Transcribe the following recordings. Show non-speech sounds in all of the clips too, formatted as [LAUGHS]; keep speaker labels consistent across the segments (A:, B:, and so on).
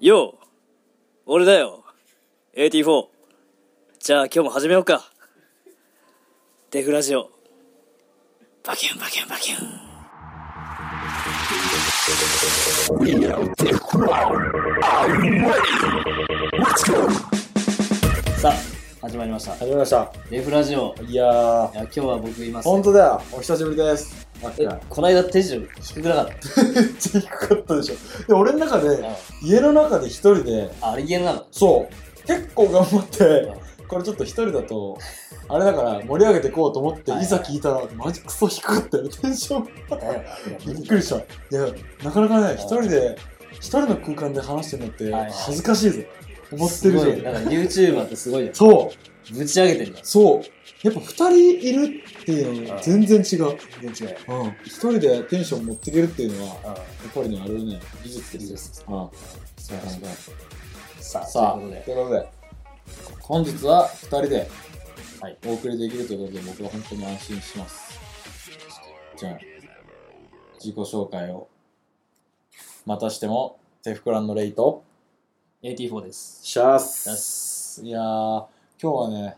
A: よう俺だよ AT4 じゃあ今日も始めようかデフラジオバキュンバキュンバキュンさあ始まりました
B: 始まりました。
A: デフラジオ
B: いやー
A: い、や今日は僕います
B: 本当だよ。お久しぶりです。マ
A: え
B: ッカ
A: この間テンション低くなかっ
B: めっちゃ低かったでしょ。で、俺の中
A: た、
B: で、家の中で一人で、
A: ああれ家の中
B: そう、結構頑張っ
A: う
B: て、
A: ん
B: これちょっと一人だと、あれだから盛り上げていこうと思って
A: はい、はい
B: いざ聞いたら、マジクソ低かったよ。テンション。
A: だよなあれが
B: びっくりした。いや、なかなか
A: ん
B: ね、一人で、一人の空間で話してるのって
A: はいはい
B: 恥ずかしいぞ。思って
A: す
B: る
A: ご
B: じ
A: い
B: ゃん。
A: だから YouTuber ってすごいよ
B: そう。
A: ぶち上げてんだ
B: そう。やっぱ二人いるっていうのは全然違う。
A: 全然違う
B: うん、一人でテンション持っていけるっていうのは、やっぱりね、あれはね、技術
A: 技
B: ですよ。
A: 術
B: ああ
A: 素晴らしいさあ
B: さ
A: と
B: あ、と
A: いう
B: いう
A: こ
B: ことで、本日は二人で
A: はい
B: お送りできるということで、僕は本当に安心します。じゃあ、自己紹介を、またしても、テフクランのレイと、
A: とで AT4 です
B: シャー
A: シャー
B: ス。いやー、今日はね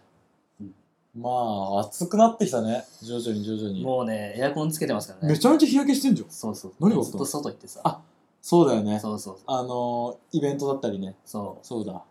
A: うん、
B: まあ、暑くなってきたね、徐々に徐々に。
A: もうねエアコンつけてますからね
B: めちゃめちゃ日焼けしてんじゃん。
A: そうそう
B: 何が起
A: ず
B: き
A: ったと
B: の
A: 外行ってさ
B: あそうだよね。
A: そうそう
B: あのー、イベントだったりね。
A: そう
B: そうだ。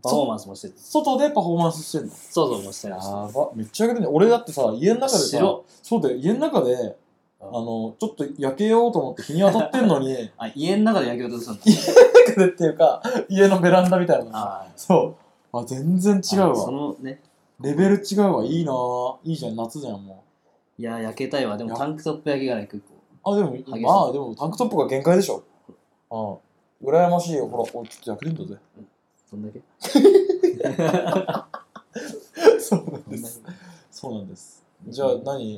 A: パフォーマンスもしてる
B: 外でパフォーマンスしてんの
A: そうそうもしてる
B: やば。めっちゃ上げてね。俺だってさ、家の中でさ、
A: 白
B: そうだよ、家の中で、あ
A: うん
B: の、ちょっと焼けようと思って日に当たってんの [LAUGHS] に、家
A: あ家の中で焼き落とすんだ
B: の中でっていうか、家のベランダみたいなのさ
A: あ
B: そう。あ、全然
A: ー
B: 違う
A: あそ
B: わ。
A: のね
B: レベル違うわ。いいなぁ。いいじゃん、夏じゃん、も
A: いや焼けたいわでもタンクトップ焼きがね結構
B: う。あ、でも、
A: さ
B: まあ、でもタンクトップが限界でしょ。うん。羨ましいよ。ほら、おいちょっと焼けてん
A: [LAUGHS]
B: だぜ。
A: どんだけ
B: そうなん
A: どんだけ。
B: そうなんです。じゃあ
A: うん
B: 何、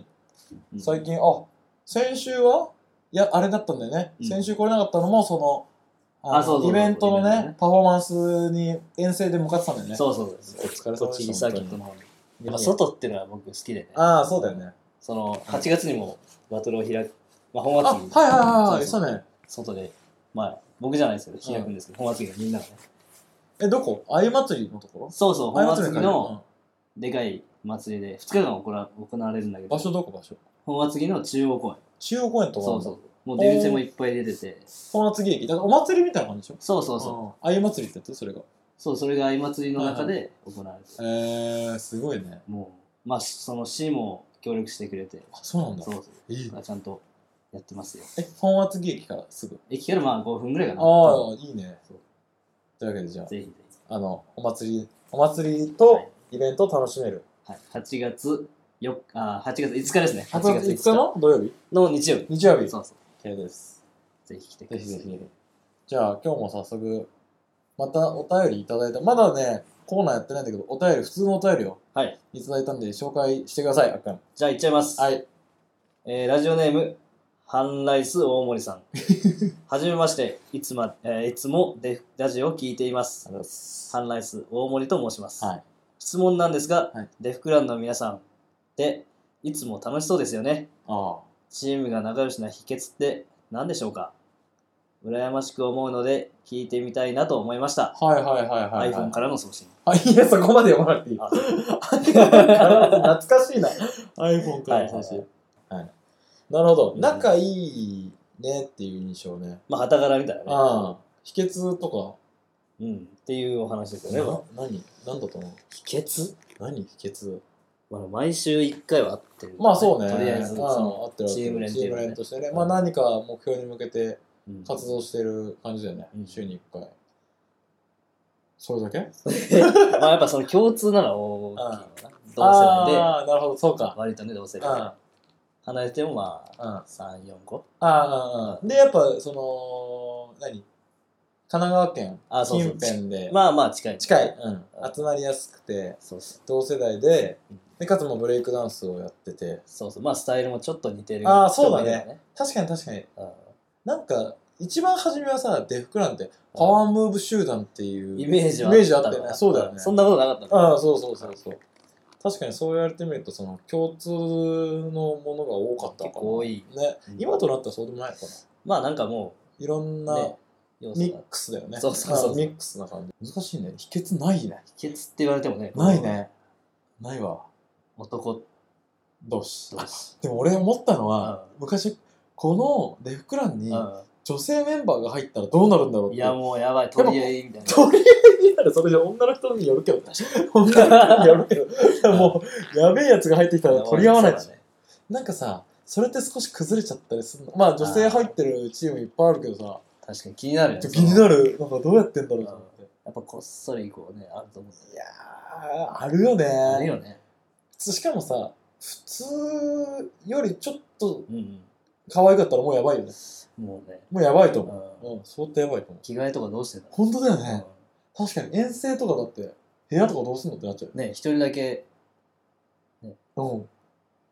A: うん
B: 最近、あ、先週はいや、あれだったんだよね。
A: うん
B: 先週来れなかったのも、その、の
A: あそうそうそう
B: イベントの
A: イベン
B: ね
A: トね
B: パフォーマンスに遠征で向かってたんだよね。
A: そうそう
B: お疲れ様でした
A: 栃木サーキットの方に
B: い
A: や
B: や
A: っぱ外っていうのは僕好きでね
B: ああ、そうだよね。
A: その8月にもバトルを開く、まあ、本
B: あ、は
A: 祭
B: いは
A: り
B: いはいはい、
A: そ
B: そうう
A: そう
B: ね。
A: 外でまあ僕じゃないですけど開くんですけど、本祭りがみんながね
B: え、どこあゆ祭りのところ
A: そうそう
B: あ
A: 本
B: ゆ
A: 祭
B: の
A: りので
B: 会
A: かい祭りで2日間行わ行われるんだけ
B: うん
A: ど
B: 場所どこ場所
A: 本祭りの中央公園
B: 中央公園とか
A: そうそうもう出店もいっぱい出てて
B: 本厚木駅。だからお祭りみたいな感じでしょ
A: そうそうそう
B: うん。あゆ祭りってやってそれが。
A: そうそれが相祭りの中で行われて、
B: えー、すごいね。
A: もうまあその市も協力してくれて
B: あ、そうなんだ
A: そう。そう
B: えー
A: まあちゃんとやってますよ
B: え、本厚木駅からすぐ。
A: 駅からまあ5分ぐらいかな
B: ああ、いいね
A: そう。
B: というわけでじゃあ、
A: ぜひぜひ
B: あの、お祭り、お祭り
A: は
B: と
A: い
B: イベントを楽しめる。
A: はい、8月4日、あ、8月5日ですね。
B: 8月5日の土曜日
A: の日曜日。
B: 日曜日
A: そうそ
B: 系です。
A: う。ぜひ来てく
B: ぜ
A: だ
B: ひ
A: さい。
B: ぜひ。じゃあ、今日も早速、またお便りいただいた。まだね、コーナーやってないんだけど、お便り、普通のお便りを
A: はい。
B: いただいたんで、紹介してください、あっくん。
A: じゃあ行っちゃいます。
B: はい。
A: えーラジオネーム、ハンライス大森
B: [LAUGHS]
A: さん。はじめまして、いつ,、まえーいつもデフラジオを聞いています。ハンライス大森と申します。
B: はい
A: 質問なんですが、
B: はい
A: デフクランの皆さんっていつも楽しそうですよね。
B: あ
A: チームが仲良しな秘訣って何でしょうか羨ましく思うので聞いてみたいなと思いました。
B: あ。はいはいはいはい、はい。
A: iPhone からの送信。
B: あ、いや、そこまで読まなくてい [LAUGHS] い。
A: あ
B: 懐かしいな。iPhone からの写真。はい。なるほど。
A: うん
B: 仲いいねっていう印象ね。
A: まあ、はたからみたいなね。
B: ああ。秘訣と
A: うん。っていうお話です
B: か、
A: よね。まあ
B: な何何だと思う
A: 秘訣
B: 何秘訣
A: まあ、毎週1回は会ってる、
B: まあそうね。
A: とりあえず、そ
B: うん
A: の
B: 合ってる合ってる
A: チーム連って
B: チ
A: いう
B: ー
A: の
B: ム
A: ね
B: 連としてね。まあ何か目標に向けて
A: うん
B: 活動してる感じだよね
A: う。ん
B: 週に1回。それだけ [LAUGHS]
A: まあやっぱその共通なら大きいよな。同世代
B: ああ、なるほど、そう
A: で、
B: か。
A: 割とね、同世
B: うん。
A: 代で
B: あ
A: 離れてもまあ、
B: あ
A: 3、4個。
B: ああ。で、やっぱ、その、何神奈川県
A: あそうそう
B: 近辺で、
A: まあまあ近い。
B: 近い、うん、集まりやすくて、
A: そうそう。
B: 同世代で、で、かつもブレイクダンスをやってて、
A: そうそう。まあスタイルもちょっと似てる。
B: あーそうだ
A: 人
B: ね
A: もいればね。
B: 確かに確かに、
A: うん
B: なんか、一番初めはさ、デフクランって、パワームーブ集団っていう
A: イメージは
B: イメージあった
A: の
B: よ
A: か
B: ね。
A: な
B: そうだよね。
A: そんなことなかったんだ
B: ああ、そうそうそうそう。確かにそう言われてみると、その共通のものが多かったかな。
A: 結構多い
B: ね
A: うん、
B: 今となったらそうでもないかな。
A: まあなんかも
B: いろんな、
A: ね要素
B: ミ
A: が
B: ックスだよね。
A: そうそうそう
B: あミックスな感じ。難しいね。秘訣ないね。
A: 秘訣って言われてもね、
B: ない。ね。ないわ。
A: 男
B: どうし。
A: 同士。
B: でも俺思ったのは、昔、このデフクランに
A: う
B: 女性メンバーが入ったらどうなるんだろう
A: ん。
B: って。
A: いや、もうやばい、取り合いみたいな。
B: とりあえずになるそれじゃ女の人によ
A: [LAUGHS]
B: るけどね。女の人によるけど。 [LAUGHS] もう、やべえやつが入ってきたら取り合わないでしょ
A: そうだね
B: なんかさ、それって少し崩れちゃったりするの。まあ女性入ってるチームいっぱいあるけどさ、
A: 確かに気になるよね
B: 気になる。なんかどうやってんだろうと思って。
A: やっぱこっそりこうね、あると思うん
B: い
A: だ
B: やー、あるよね
A: よね。あるよね。
B: しかもさ、普通よりちょっと
A: うん
B: 可愛かったらもうやばいよね。
A: うん。もうね。
B: もうやばい
A: う
B: と思
A: ん
B: う。うん、相当やばいと思う。
A: 着替えとかどうしてた
B: 本当だよね。
A: の
B: 確かに遠征とかだって、部屋とかどうすんのってなっちゃうよね
A: ね、一人だけ、
B: うん。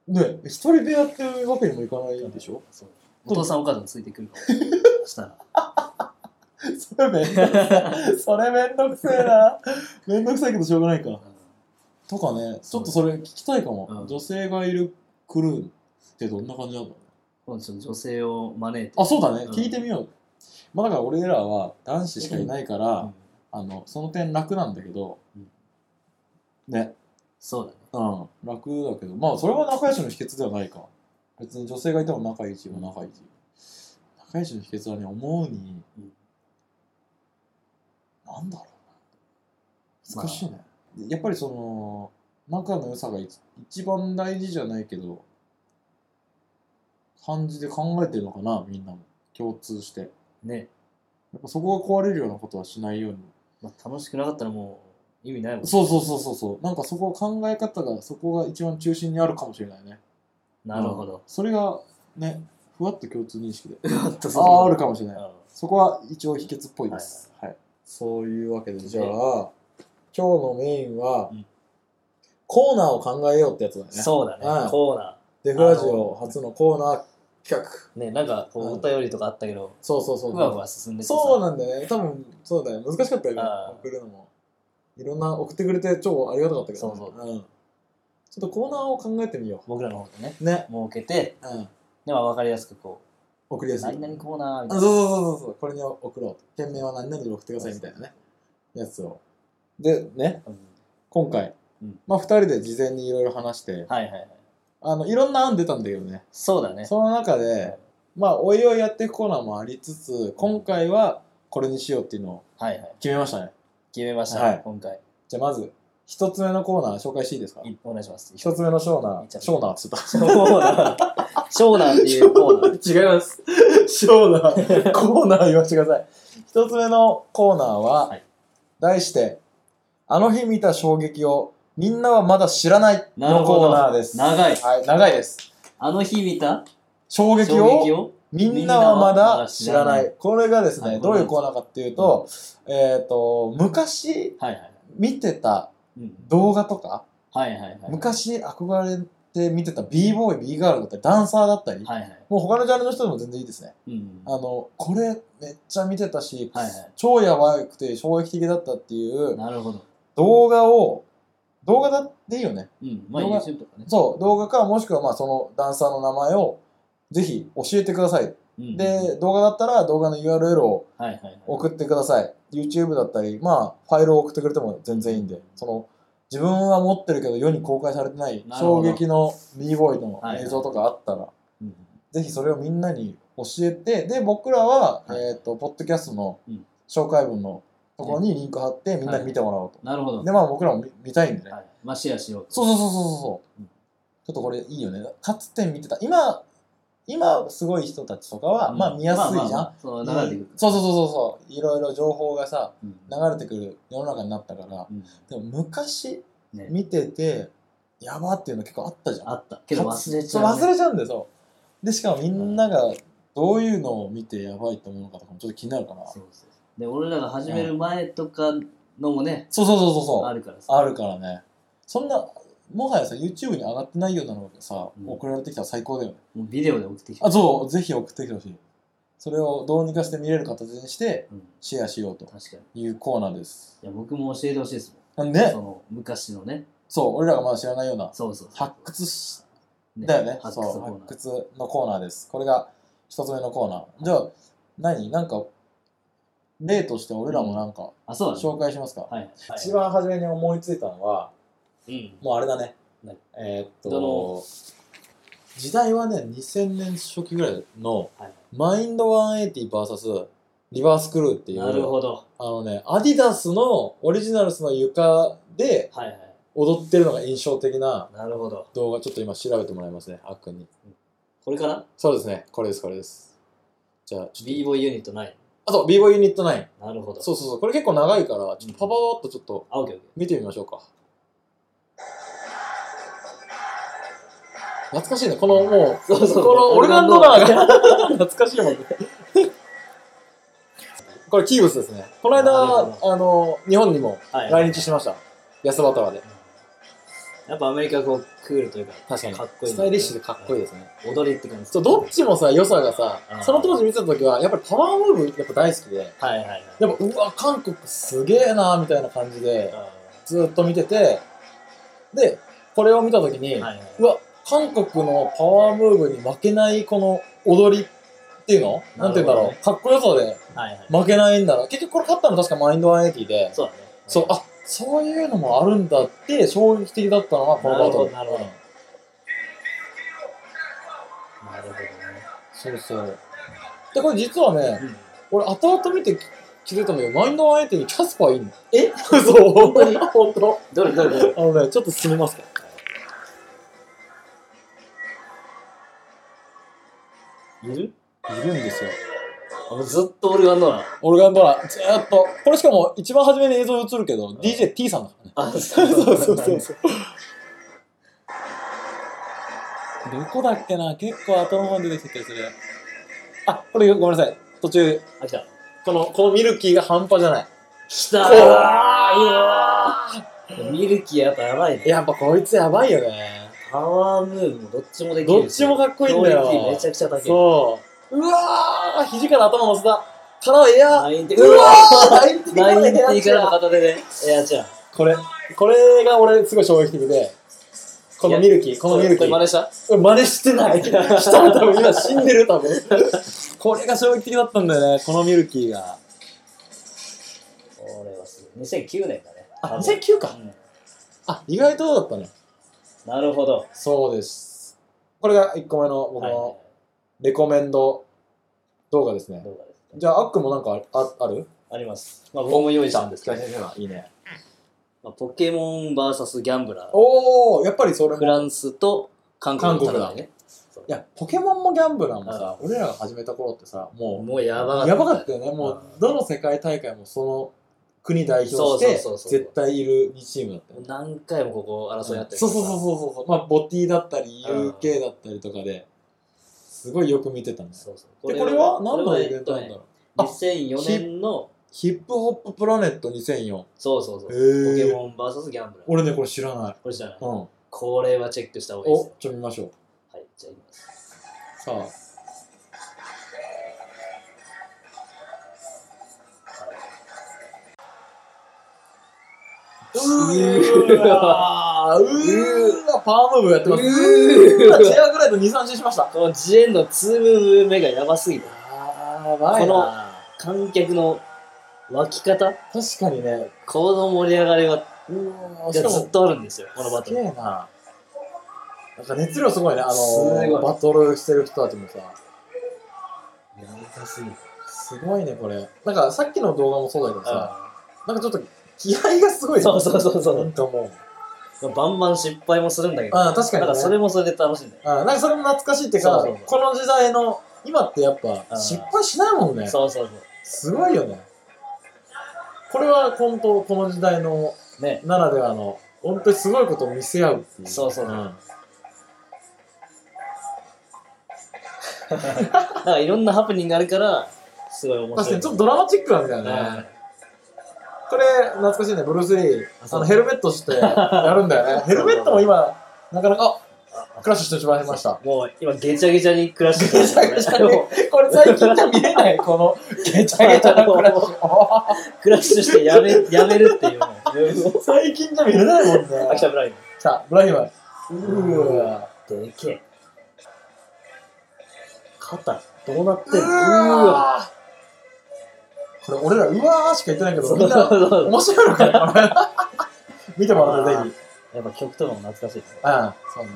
B: ね一人部屋っていうわけにもいかないでしょ
A: そうお父さんお母さんついてくるかもしたら。
B: [LAUGHS] それめんどく [LAUGHS] さい。それめんどくせえな。 [LAUGHS] めんどくさいけどしょうがないか。とかね、ちょっとそれ聞きたいかも。
A: うん
B: 女性がいるクルーってどんな感じなんだろうね
A: 今度女性を招いて。
B: あ、そうだね。
A: うん
B: 聞いてみよう。まあだから俺らは男子しかいないから、
A: うん
B: あの、その点楽なんだけど、
A: うん
B: ね、
A: そうだね。
B: うん、楽だけど、まあそれは仲良しの秘訣ではないか。別に女性がいても仲良いしは仲良いし。仲良しの秘訣はね、思うに、
A: うん
B: なんだろうな。難しいね。やっぱりその、仲の良さが一一番大事じゃないけど、感じで考えてるのかな、みんなも。共通して。や
A: ね。
B: っぱそこが壊れるようなことはしないように。
A: まあ、楽しくなかったらもう意味ないもんね
B: そうそうそうそうそう。なんかそこ考え方が、そこが一番中心にあるかもしれないね。
A: なるほ
B: うん
A: ど。
B: それがねふわっと共通認識で
A: あっと
B: あああるかもしれない
A: うん
B: そこは一応秘訣っぽいですはい、そういうわけでじゃあ今日のメインは、
A: うん
B: コーナーを考えようってやつだね
A: そうだ
B: う
A: ね
B: ん。
A: コーナ
B: デフラジオ初のコーナー企画
A: ー。ね、なんかこ
B: う
A: う、
B: ん
A: お便りとかあったけど、
B: そうそうそう
A: ふわふわ進んでてさ
B: そうなんだよね多分そうだよね難しかったよね
A: ああ
B: 送るのもいろんな送ってくれて超ありがたかったけど、ね、
A: そうそ
B: ん、ちょっとコーナーを考えてみよ
A: 僕らの方でね、
B: うね、
A: 設けて、
B: うん、
A: では分かりやすくこ
B: 送りや
A: う、
B: すい
A: 何々コーナーみ
B: あ
A: たい
B: そう
A: な。
B: そうそうそう、これに送ろうと。件名は何々で送ってくださいみたいなね、やつを。で、ね、
A: うん
B: 今回、
A: うん
B: まあ、2人で事前にいろいろ話して、
A: はいはいはい。
B: あの、いろんな案出たんだけどね、
A: そうだね。
B: その中で、まあ、おいおいやっていくコーナーもありつつ、今回はこれにしようっていうのを
A: はいはい。
B: 決めましたね。
A: 決めました、
B: はい
A: 今回。
B: じゃあ、まず、1つ目のコーナー紹介していいですか
A: いお願いします。
B: 1つ目のショーナ
A: いいじゃ
B: ー、
A: ん
B: ショーナーっつった。
A: [LAUGHS] ショーナー。ショーナーっていうコーナー。 [LAUGHS]
B: 違います。ショーナー、コーナー言わせてください。一つ目のコーナーは、
A: はい
B: 題して、あの日見た衝撃をみんなはまだ知らない
A: なる
B: の
A: ほど
B: コーナーです。
A: 長い
B: はい、長いです。
A: あの日見た衝
B: 衝撃
A: 撃
B: を
A: を
B: みんなはまだ知
A: み
B: らな。
A: んなはまだ知らない
B: これがですね、
A: はい
B: どういうコーナーかっていうと、えっ、と、昔
A: はいはい。
B: 見てた
A: うん。
B: 動画とか、
A: はいはいはい。
B: 昔憧れて見てた b ボーイ b ガールだったり、ダンサーだったり、
A: はいはい。
B: もう他のジャンルの人でも全然いいですね。
A: うん。
B: あの、これめっちゃ見てたし、
A: はいは
B: 超やばくて衝撃的だったってい
A: い。
B: う
A: なるほど。
B: 動画を、動画だっていいよね。
A: うん。まあ
B: 動画
A: YouTube とかね。
B: そう、動画かもしくはまあそのダンサーの名前をぜひ教えてください。
A: うん
B: で、動画だったら動画の URL を
A: はいはいはい。
B: 送ってください。YouTube だったり、まあファイルを送ってくれても全然いいんで、その自分は持ってるけど世に公開されてない
A: なる
B: 衝
A: ほど
B: 撃の b ボーイの映像とかあったら、
A: うん
B: ぜひそれをみんなに教えて、で、僕らは、
A: はい
B: えっ、と、ポッドキャストの
A: うん
B: 紹介文のところにリンク貼って、みんなに見てもらおうと。
A: なるほど。
B: で、まあ僕らも見見たいんでね。
A: はい。まあシェアしようと。
B: そうそうそうそうそう。
A: うん
B: ちょっとこれいいよね。かつて見てた。今、今すごい人たちとかは、
A: うん
B: まあ見やすいじゃん。
A: まあまあまあそう、流れてくる。
B: そうそうそうそうそう。いろいろ情報がさ、
A: うん。
B: 流れてくる世の中になったから。
A: うん
B: でも昔
A: ね
B: 見てて、やばっていうの結構あったじゃん。
A: あった。けど忘れちゃう
B: そう
A: ね。
B: 忘れちゃうんだよそうでしかもみんながどういうのを見てやばいと思うのかとかもちょっと気になるかなそ
A: そううそうそうで俺らが始める前とかのもね、
B: そうそうそうそう
A: あ
B: ある
A: るからさ
B: からねそんなもはやさ YouTube に上がってないようなのがさ、
A: うん
B: 送られてきたら最高だよね
A: もうビデオで送ってきて
B: あそうぜひ送ってきてほしいそれをどうにかして見れる形にして
A: うん、
B: シェアしようと
A: 確かに
B: いうコーナーです
A: いや僕も教えてほしいです
B: あ
A: もん
B: ね
A: その昔のね
B: そう俺らがまだ知らないような
A: そうそうそう
B: 発掘し
A: ね
B: だよね。
A: 発
B: そ
A: 掘
B: う、
A: コーナ
B: 発
A: ー
B: 掘のコーナーです。これが一つ目のコーナー。じゃあ、何なんか、例として俺らもなんか、
A: あ、そうだね。
B: 紹介しますか、
A: はい。はい
B: 一番初めに思いついたのは、
A: うん。
B: もうあれだね
A: 何。
B: えーっ
A: ど
B: と
A: の、
B: 時代はね、2000年初期ぐらいの、
A: はい
B: マインド 180vs リバースクルーっていう、
A: なるほど。
B: あのね、アディダスのオリジナルスの床で
A: はいはい。
B: 踊ってるのが印象的な
A: なるほど。
B: 動画、ちょっと今調べてもらいますね、あっくんに。
A: これから
B: そうですね、これです、これです。じゃあ、ちょっと
A: b ボーイユニットない。
B: あと、b ボーユニット9。
A: なるほど。。
B: そううそうそう、これ結構長いから、ちょっとパパパッとちょっと
A: あ、オッケーオッケ
B: 見てみましょうか。懐かしいね、このもう、
A: そうそうそう
B: このオルガンド
A: [LAUGHS]
B: ガーが懐かしいもんね。これキーブスですね。この間、
A: なる
B: あの、日本にも
A: ー。はい。
B: 来日しました。安バタワで。
A: やっぱアメリカこうクールというか、
B: 確かに。
A: かっこいいね
B: スタイリッシュでかっこいいですね。
A: 踊りって感じ。
B: そうどっちもさ、良さがさ
A: う、ん
B: その当時見てた時は、やっぱりパワームーブやっぱ大好きで、
A: はいはいはい。
B: でも、うわ、韓国すげえなーみたいな感じで、
A: あ
B: ずーっと見てて、で、これを見た時に、。
A: ーはいはいう
B: わ、韓国のパワームーブに負けないこの踊りっていうのなんて言うんだろう、
A: なる
B: かっこよさで
A: はいはい。
B: 負けないんだな。結局これ勝ったの確かマインドアンエティで、
A: そうだね。
B: そう、あ、そういうのもあるんだって衝撃的だったのがこのバトル。
A: なるほどなるほど
B: うん
A: なるほどね。
B: そうそう。で、これ実はね、
A: うん
B: 俺後々見て気づいたんだけど、マインドアンエティにキャスパーいんの。
A: え
B: [LAUGHS] そう、
A: [LAUGHS]
B: 本
A: 当に
B: 本当。
A: どれどれどれ
B: あのね、ちょっと進みますか。
A: いる
B: いるんですよ。
A: あずっとオルガンドラ。
B: オルガンドラ、ずーっと。これしかも一番初めに映像映るけど、DJT さんだからね。
A: あ、そう
B: そうそうそうそう。どこだっけな結構頭の方に出てきた気がする。あ、これごめんなさい。途中、
A: あ、来た。
B: この、このミルキーが半端じゃない。
A: 来た
B: こ
A: ーミルキーやっぱやばいね。
B: やっぱこいつやばいよね。
A: パワームーブもどっちもできるし。
B: どっちもかっこいいんだ
A: クオリティ
B: よ
A: めち。ゃくちゃ高い。
B: そう。うわー肘から頭乗せた。からエアー。
A: ナインティ
B: うわー
A: ナインティ
B: 90
A: からの片手で。エアちゃん。
B: これ、これが俺すごい衝撃的で、このミルキー、このミルキ
A: これ真
B: ー。
A: 似した
B: 真似してない。したら多分今死んでる、多分。これが衝撃的だったんだよね、このミルキーが。
A: これはすごい。2009年だね。
B: あ、
A: 多分
B: 2009か。
A: うん
B: あ、意外とだったね。
A: なるほど。
B: そうです。これが1個目の僕のレコメンド動画ですね。
A: 動画ですね。
B: じゃあ、あっくんもなんかあある
A: あります。まあ、僕も用意したんですけど、
B: いいね。
A: まあ、ポケモン VS ギャンブラー。
B: おー、やっぱりそれ
A: フ
B: も。
A: ランスと韓国の戦いね。
B: いや、ポケモンもギャンブラーもさ、
A: う
B: 俺らが始めた頃ってさ、もう、
A: もうやばかった。
B: やばかったよね、もう
A: うん
B: どの世界大会もその国代表し
A: そうそうそうそ
B: て、
A: う
B: 絶対いる2チームだったよね。
A: 何回もここ争いあったり
B: そうそうそう
A: う
B: そうそう、まあ、ボティだったり、
A: うん
B: UK だったりとかで、すごいよく見てたんです。
A: そうそう
B: で、これは何
A: こ
B: の
A: れ
B: イベントなんだ
A: えっ
B: ろう。
A: とね2004年の、
B: ヒップホッププラネット2004。
A: そうそうそう、ポケ
B: へー。
A: モン VS ギャンブラー。
B: 俺ね、これ知らない。
A: これじゃない、
B: うん。お、
A: これはチェックした方がいいですよ。
B: ちょ、見ましょう。
A: はい、じゃあいきます。
B: さあ、うーわーうーわパワームーブやってます。
A: うー
B: うーわチェアグライド2、3周しました。
A: このジエンの2ムーブ目がやばすぎた。
B: やば
A: い観客の湧き方
B: 確かにね、
A: この盛り上がりは
B: うわー
A: がずっとあるんですよ、このバ
B: す
A: ト
B: げ
A: ル。
B: えな。なんか熱量すごいね、あの
A: すごい
B: バトルしてる人たちもさ。
A: やばすぎる。
B: すごいね、これ。なんかさっきの動画もそうだけどさ、
A: あ
B: なんかちょっと気合がすごいね。
A: そうそうそうそう
B: なんかもう。
A: ーバンバン失敗もするんだけど、
B: ああ、確か
A: だ
B: に、
A: から
B: ね。
A: それもそれで楽しいんだよ。
B: あなんかそれも懐かしいっていうか、
A: そうそうそう
B: この時代の、今ってやっぱ
A: うん
B: 失敗しないもんね。
A: そうそうそ
B: すごいよね。これは本当、この時代
A: う。
B: の
A: ね。
B: ならではの、本当にすごいことを見せ合うっていう。
A: そうそうんだからいろんなハプニングがあるから、すごい面
B: 確
A: 白
B: か
A: い。
B: にちょっとドラマチックなんだよね。これ、懐かしいね、ブルース・リー。
A: あ
B: あ
A: そう
B: の、ヘルメットしてやるんだ [LAUGHS] よね。ヘルメットも今、なかなか、あクラッシュしてしまいました。
A: もう今、げちゃげちゃにクラッシュ
B: げちゃげちゃに、 [LAUGHS] これ最近じゃ見え [LAUGHS] ない、このげちゃげちゃなクラッシュ。
A: クラッシュしてやめ [LAUGHS] やめるっていうね。
B: 最近じゃ見れないもんね。
A: 秋田ブライン。
B: さあ、ブラヒマ。
A: う
B: う
A: わ
B: わ
A: でけえ。肩、どうなってんの
B: う
A: うわ
B: わこれ俺ら、うわーしか言ってないけど、
A: [LAUGHS] そう
B: みんな
A: そうそう
B: 面白いのかな、 [LAUGHS] これ。見てもらった
A: あ
B: ら
A: ー
B: ぜひ。
A: やっぱ曲とかも懐かしいですね。
B: ああ、そうね。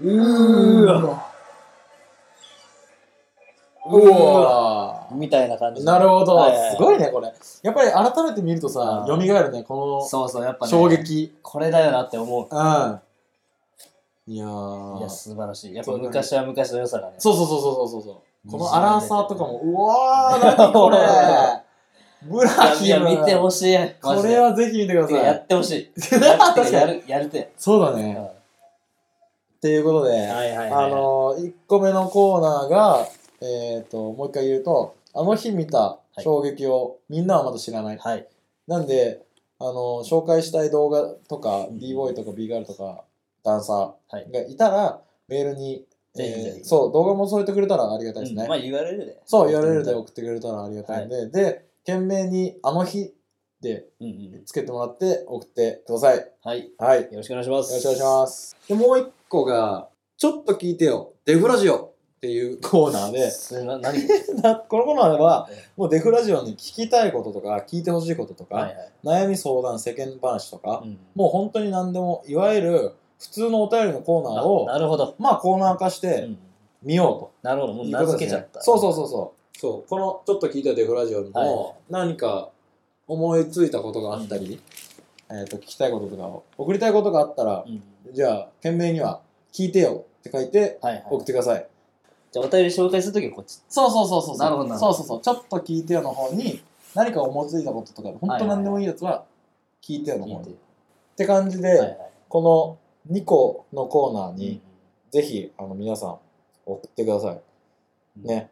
A: うーわ。
B: わ。うわ。
A: みたいな感じ。
B: なるほど、
A: はいはいはい
B: すごいね、これ。やっぱり改めて見るとさ
A: あ、ー
B: 蘇るね、こ
A: そうそう、やっぱね。
B: の衝。撃。
A: これだよなって思
B: うん。いや
A: う。い
B: ー
A: や、。素晴らしい。やっぱ昔は昔の良さがね。
B: そうそうそうそうそうそう。このアランサーとかも、うわー、
A: ね [LAUGHS]
B: 何これ。ブラ
A: い
B: ヒ
A: や、
B: ム。
A: 見てほしい。マジ
B: こ
A: で
B: れはぜひ見てくだ
A: いやや
B: さい。
A: ってほし
B: [LAUGHS]
A: い。やって
B: 確
A: や
B: かに。
A: る、やるて。
B: そうだ
A: う
B: ね
A: ん。
B: っていうことで、
A: はいはいはい
B: あのー、1個目のコーナーが、えっ、と、もう一回言うと、あの日見た衝撃をみんなはまだ知らない。
A: はい。
B: なんで、あのー、紹介したい動画とか、
A: うん
B: b ボーイとか b ガールとか、ダンサ
A: はい
B: ーがいたら、メールに、
A: ぜひぜひ
B: えーそう、動画も添えてくれたらありがたいです
A: う
B: ね。
A: んまあ URL で。
B: そう、URL で送ってくれたらありがたいんで、で、懸命に、あの日で
A: うんうん。
B: つけてもらって送ってください。
A: はい。よ
B: はい。
A: ろしくお願いします。
B: よろしくお願いします。で、もう一個が、ちょっと聞いてよ、デフラジオっていうコーナーで、
A: す。な、何
B: [LAUGHS] なこのコーナーは
A: ええ、
B: もうデフラジオに聞きたいこととか、聞いてほしいこととか、
A: はいはい。
B: 悩み相談、世間話とか、
A: うん
B: もう本当に何でも、いわゆる普通のお便りのコーナー
A: あ
B: を、
A: なるほど。
B: まあコーナー化し
A: う
B: て
A: ん
B: みよ
A: なるほど。
B: う
A: もう
B: という
A: 名
B: こと
A: 付け
B: です
A: ち
B: ね、
A: ゃった。。
B: そうそううそうそう。そう、このちょっと聞いてよデフラジオにも、何か思いついたことがあったり、えっ、と、聞きたいこととかを、送りたいことがあったら、
A: うん、
B: じゃあ、件名には、聞いてよって書いて、
A: はいはい。
B: 送ってください。
A: じゃあお便り紹介するときはこっち。
B: そうそうそうそう。
A: なるほどなるほど
B: そうそうそう。ちょっと聞いてよの方に、何か思いついたこととか、本当何でもいいやつは、聞いてよの
A: 聞
B: 方
A: い
B: に。
A: て
B: っ。て感じで、
A: はいはい
B: この2個のコーナー
A: うん
B: に、ぜひ、あの、皆さん、送ってください。
A: うん
B: ね。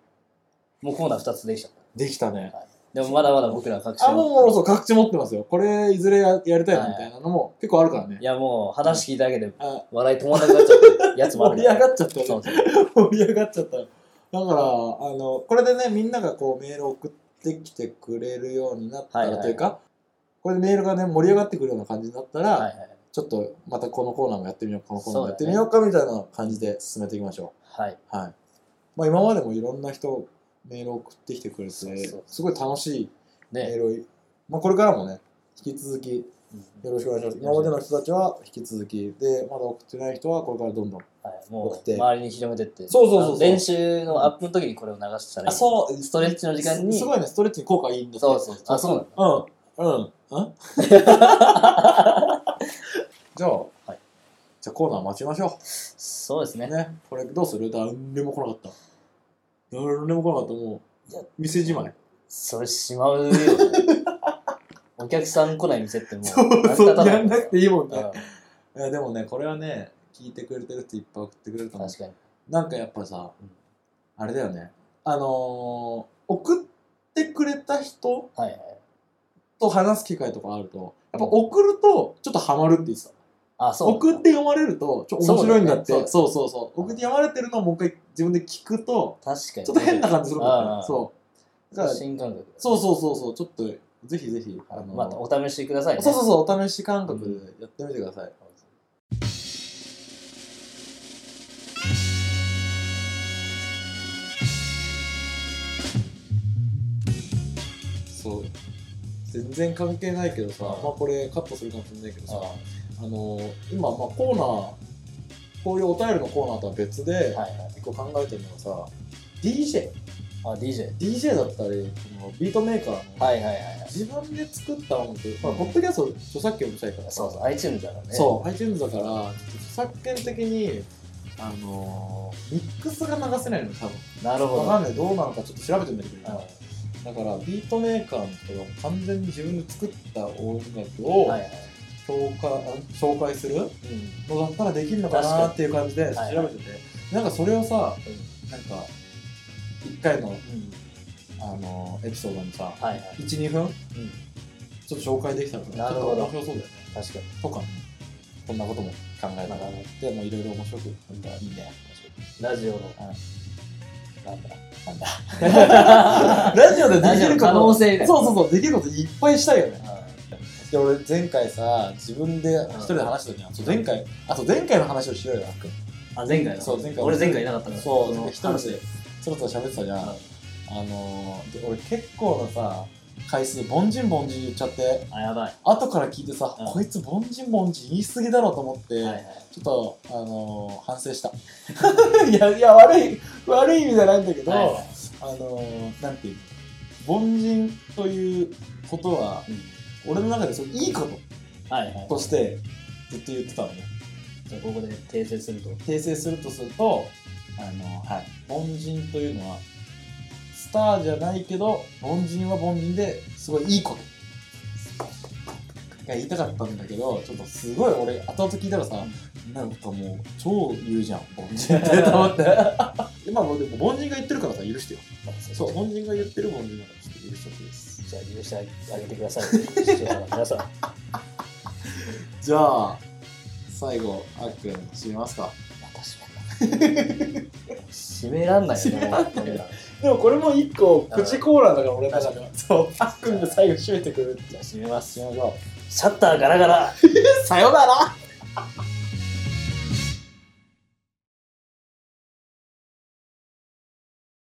A: もうコーナー2つできちゃっ
B: できたね。
A: た。でもまだまだ僕ら各種
B: あ、もう、もうそう、各地持ってますよ。これ、いずれややりたいな、みたいなのも、結構あるからね
A: い。やもう話聞いただけで
B: あ
A: 笑い止まらなくなっちゃうやつもある
B: 盛り
A: か
B: 上
A: ら。
B: がっちゃったよね
A: そうそう。
B: 盛り上がっちゃった。だから、あの、これでね、みんながこうメールを送ってきてくれるようになった
A: はい
B: ら
A: はい
B: というか、これでメールがね、盛り上がってくるような感じになったら、
A: はいはい。
B: ちょっとまたこのコーナーもやってみよう、このコーナーもやって
A: そうだね
B: みようかみたいな感じで進めていきましょ
A: はい。
B: う。はい。まあ今までもいろんな人メールを送ってきてくれて、
A: そうそう
B: すごい楽しいメー
A: ね。
B: ルを、まあこれからもね、引き続きよろしくお願いします。今までの人たちは引き続き、で、まだ送ってない人はこれからどんどん
A: はい、も
B: 送っ
A: う
B: て
A: 周りに広めてって。
B: そうそうそうそう
A: あの練習のアップの時にこれを流したらいい。
B: あ、そう、
A: ストレッチの時間に
B: すすごいね、ストレッチに効果いいんだって
A: そうそうそうあそうなん
B: うん。うん。うん。じゃあ、
A: はい
B: じゃあコーナー待ちましょ
A: そうです
B: う。
A: ね。
B: ね。これどうする誰にも来なかった。誰にも来なかった、も
A: いや
B: う。店じまい。
A: それしま
B: [LAUGHS]
A: うよ、ね。お客さん来ない店ってもう、
B: そう
A: 成り立
B: そ
A: たな
B: う、
A: い
B: やんなくていいもんね。
A: う
B: いや、でもね、これはね、聞いてくれてる人いっぱい送ってくれると
A: ん
B: 思う
A: 確。かに。
B: なんかやっぱさ
A: うん、
B: あれだよね。あのー、送ってくれた人
A: はいはい。
B: と話す機会とかあると、やっぱ送るとちょっとハマるって言ってた。
A: あ、そう。
B: 送って読まれるとちょっと面白いんだって
A: そう
B: そう
A: だよね
B: そうそう送って読まれてるのをもう一回自分で聞くと
A: 確かに。
B: ちょっと変な感じするから、
A: あ
B: ね
A: あ、
B: そうだからそう
A: 新感覚。
B: そうそうそうちょっとぜひぜひあの、
A: またお試しください、ね。
B: そうそうそうお試し感覚でやってみてください、そう全然関係ないけどさ、
A: うん
B: まあこれカットするかもしれないけどさ、
A: あ
B: あの今、まあ、コーナーこういうお便りのコーナーとは別で、
A: はいはい。
B: 一個考えてるのがさ DJ
A: あ、DJ。
B: DJ だったりそのビートメーカーの、
A: はいはいはいはい。
B: 自分で作った音楽、まあ、ポッドキャスト著作権うるさいから
A: そうそう、iTunes だからね。
B: そう iTunes だからちょっと著作権的にあのーミックスが流せないの多
A: う。なるほ
B: 分
A: ど。
B: わかんないどうなのかちょっと調べてみてくれ
A: うん
B: だからビートメーカーの人が完全に自分で作った音楽を
A: はいはい。
B: 紹介,、紹介する
A: うん。
B: のだったらできるのか
A: 確か
B: な
A: に
B: っていう感じで調べてて、
A: はいはい
B: なんかそれをさ
A: うん
B: なんか1回の、
A: うん。
B: あのーエピソードにさ
A: はいはい。
B: 12分
A: うん。
B: ちょっと紹介できたら
A: なるほど
B: ちょっと面白そうだよね
A: 確かに。
B: とかねこんなことも考えながらでもいろいろ面白くなんかいいね
A: ラジオの、
B: はい
A: なんだ。
B: なんだ [LAUGHS] ラジオでできること
A: 可能性みたいな
B: そうそうそうできることいっぱいしたいよね
A: はい
B: で俺前回さ自分で一人で話した時にあと前回あと前回の話をしようよあっくん
A: あ、前回の
B: そう前回
A: 俺前回いなかったから。
B: そう
A: の
B: 一人でそろそろ喋ってたじゃんあのーで俺結構なさ回数凡人凡人言っちゃって
A: あ、やばい。
B: 後から聞いてさ、
A: うん
B: こいつ凡人凡人言い過ぎだろうと思って、
A: はいはい。
B: ちょっと、あのー反省した。 [LAUGHS] いや、いや、悪い、悪い意味じゃないんだけど、
A: はいはい
B: あのーなんていうの凡人ということは、俺の中でそれいいこと
A: はいはい。
B: としてずっと言ってたのね。
A: じゃあここで訂正すると。
B: 訂正するとすると、あのーはい、凡人というのは、スターじゃないけど、凡人は凡人ですごいいいこと。が言いたかったんだけど、ちょっとすごい俺、後々聞いたらさ、なんかもう、超言うじゃん、凡人ってと思って。 [LAUGHS] 今もうでも、凡人が言ってるからさ、許してよ。そう、凡人が言ってる凡人だから、ちょっと許してほしいです。
A: じゃあ許してあげてください。視聴者の
B: [LAUGHS]
A: 皆さん。
B: じゃあ、最後、あっくん、締めますか。
A: 私は。 [LAUGHS] 締めらんないよね。もう
B: 締めらんないでもこれも一個、
A: プチ
B: コーラーだから俺
A: の中
B: で。そう、あっ
A: くんが
B: 最後締めてくれる。
A: じゃあ締めます。
B: 締めましょ
A: シャッターガラガラ。
B: う。さよなら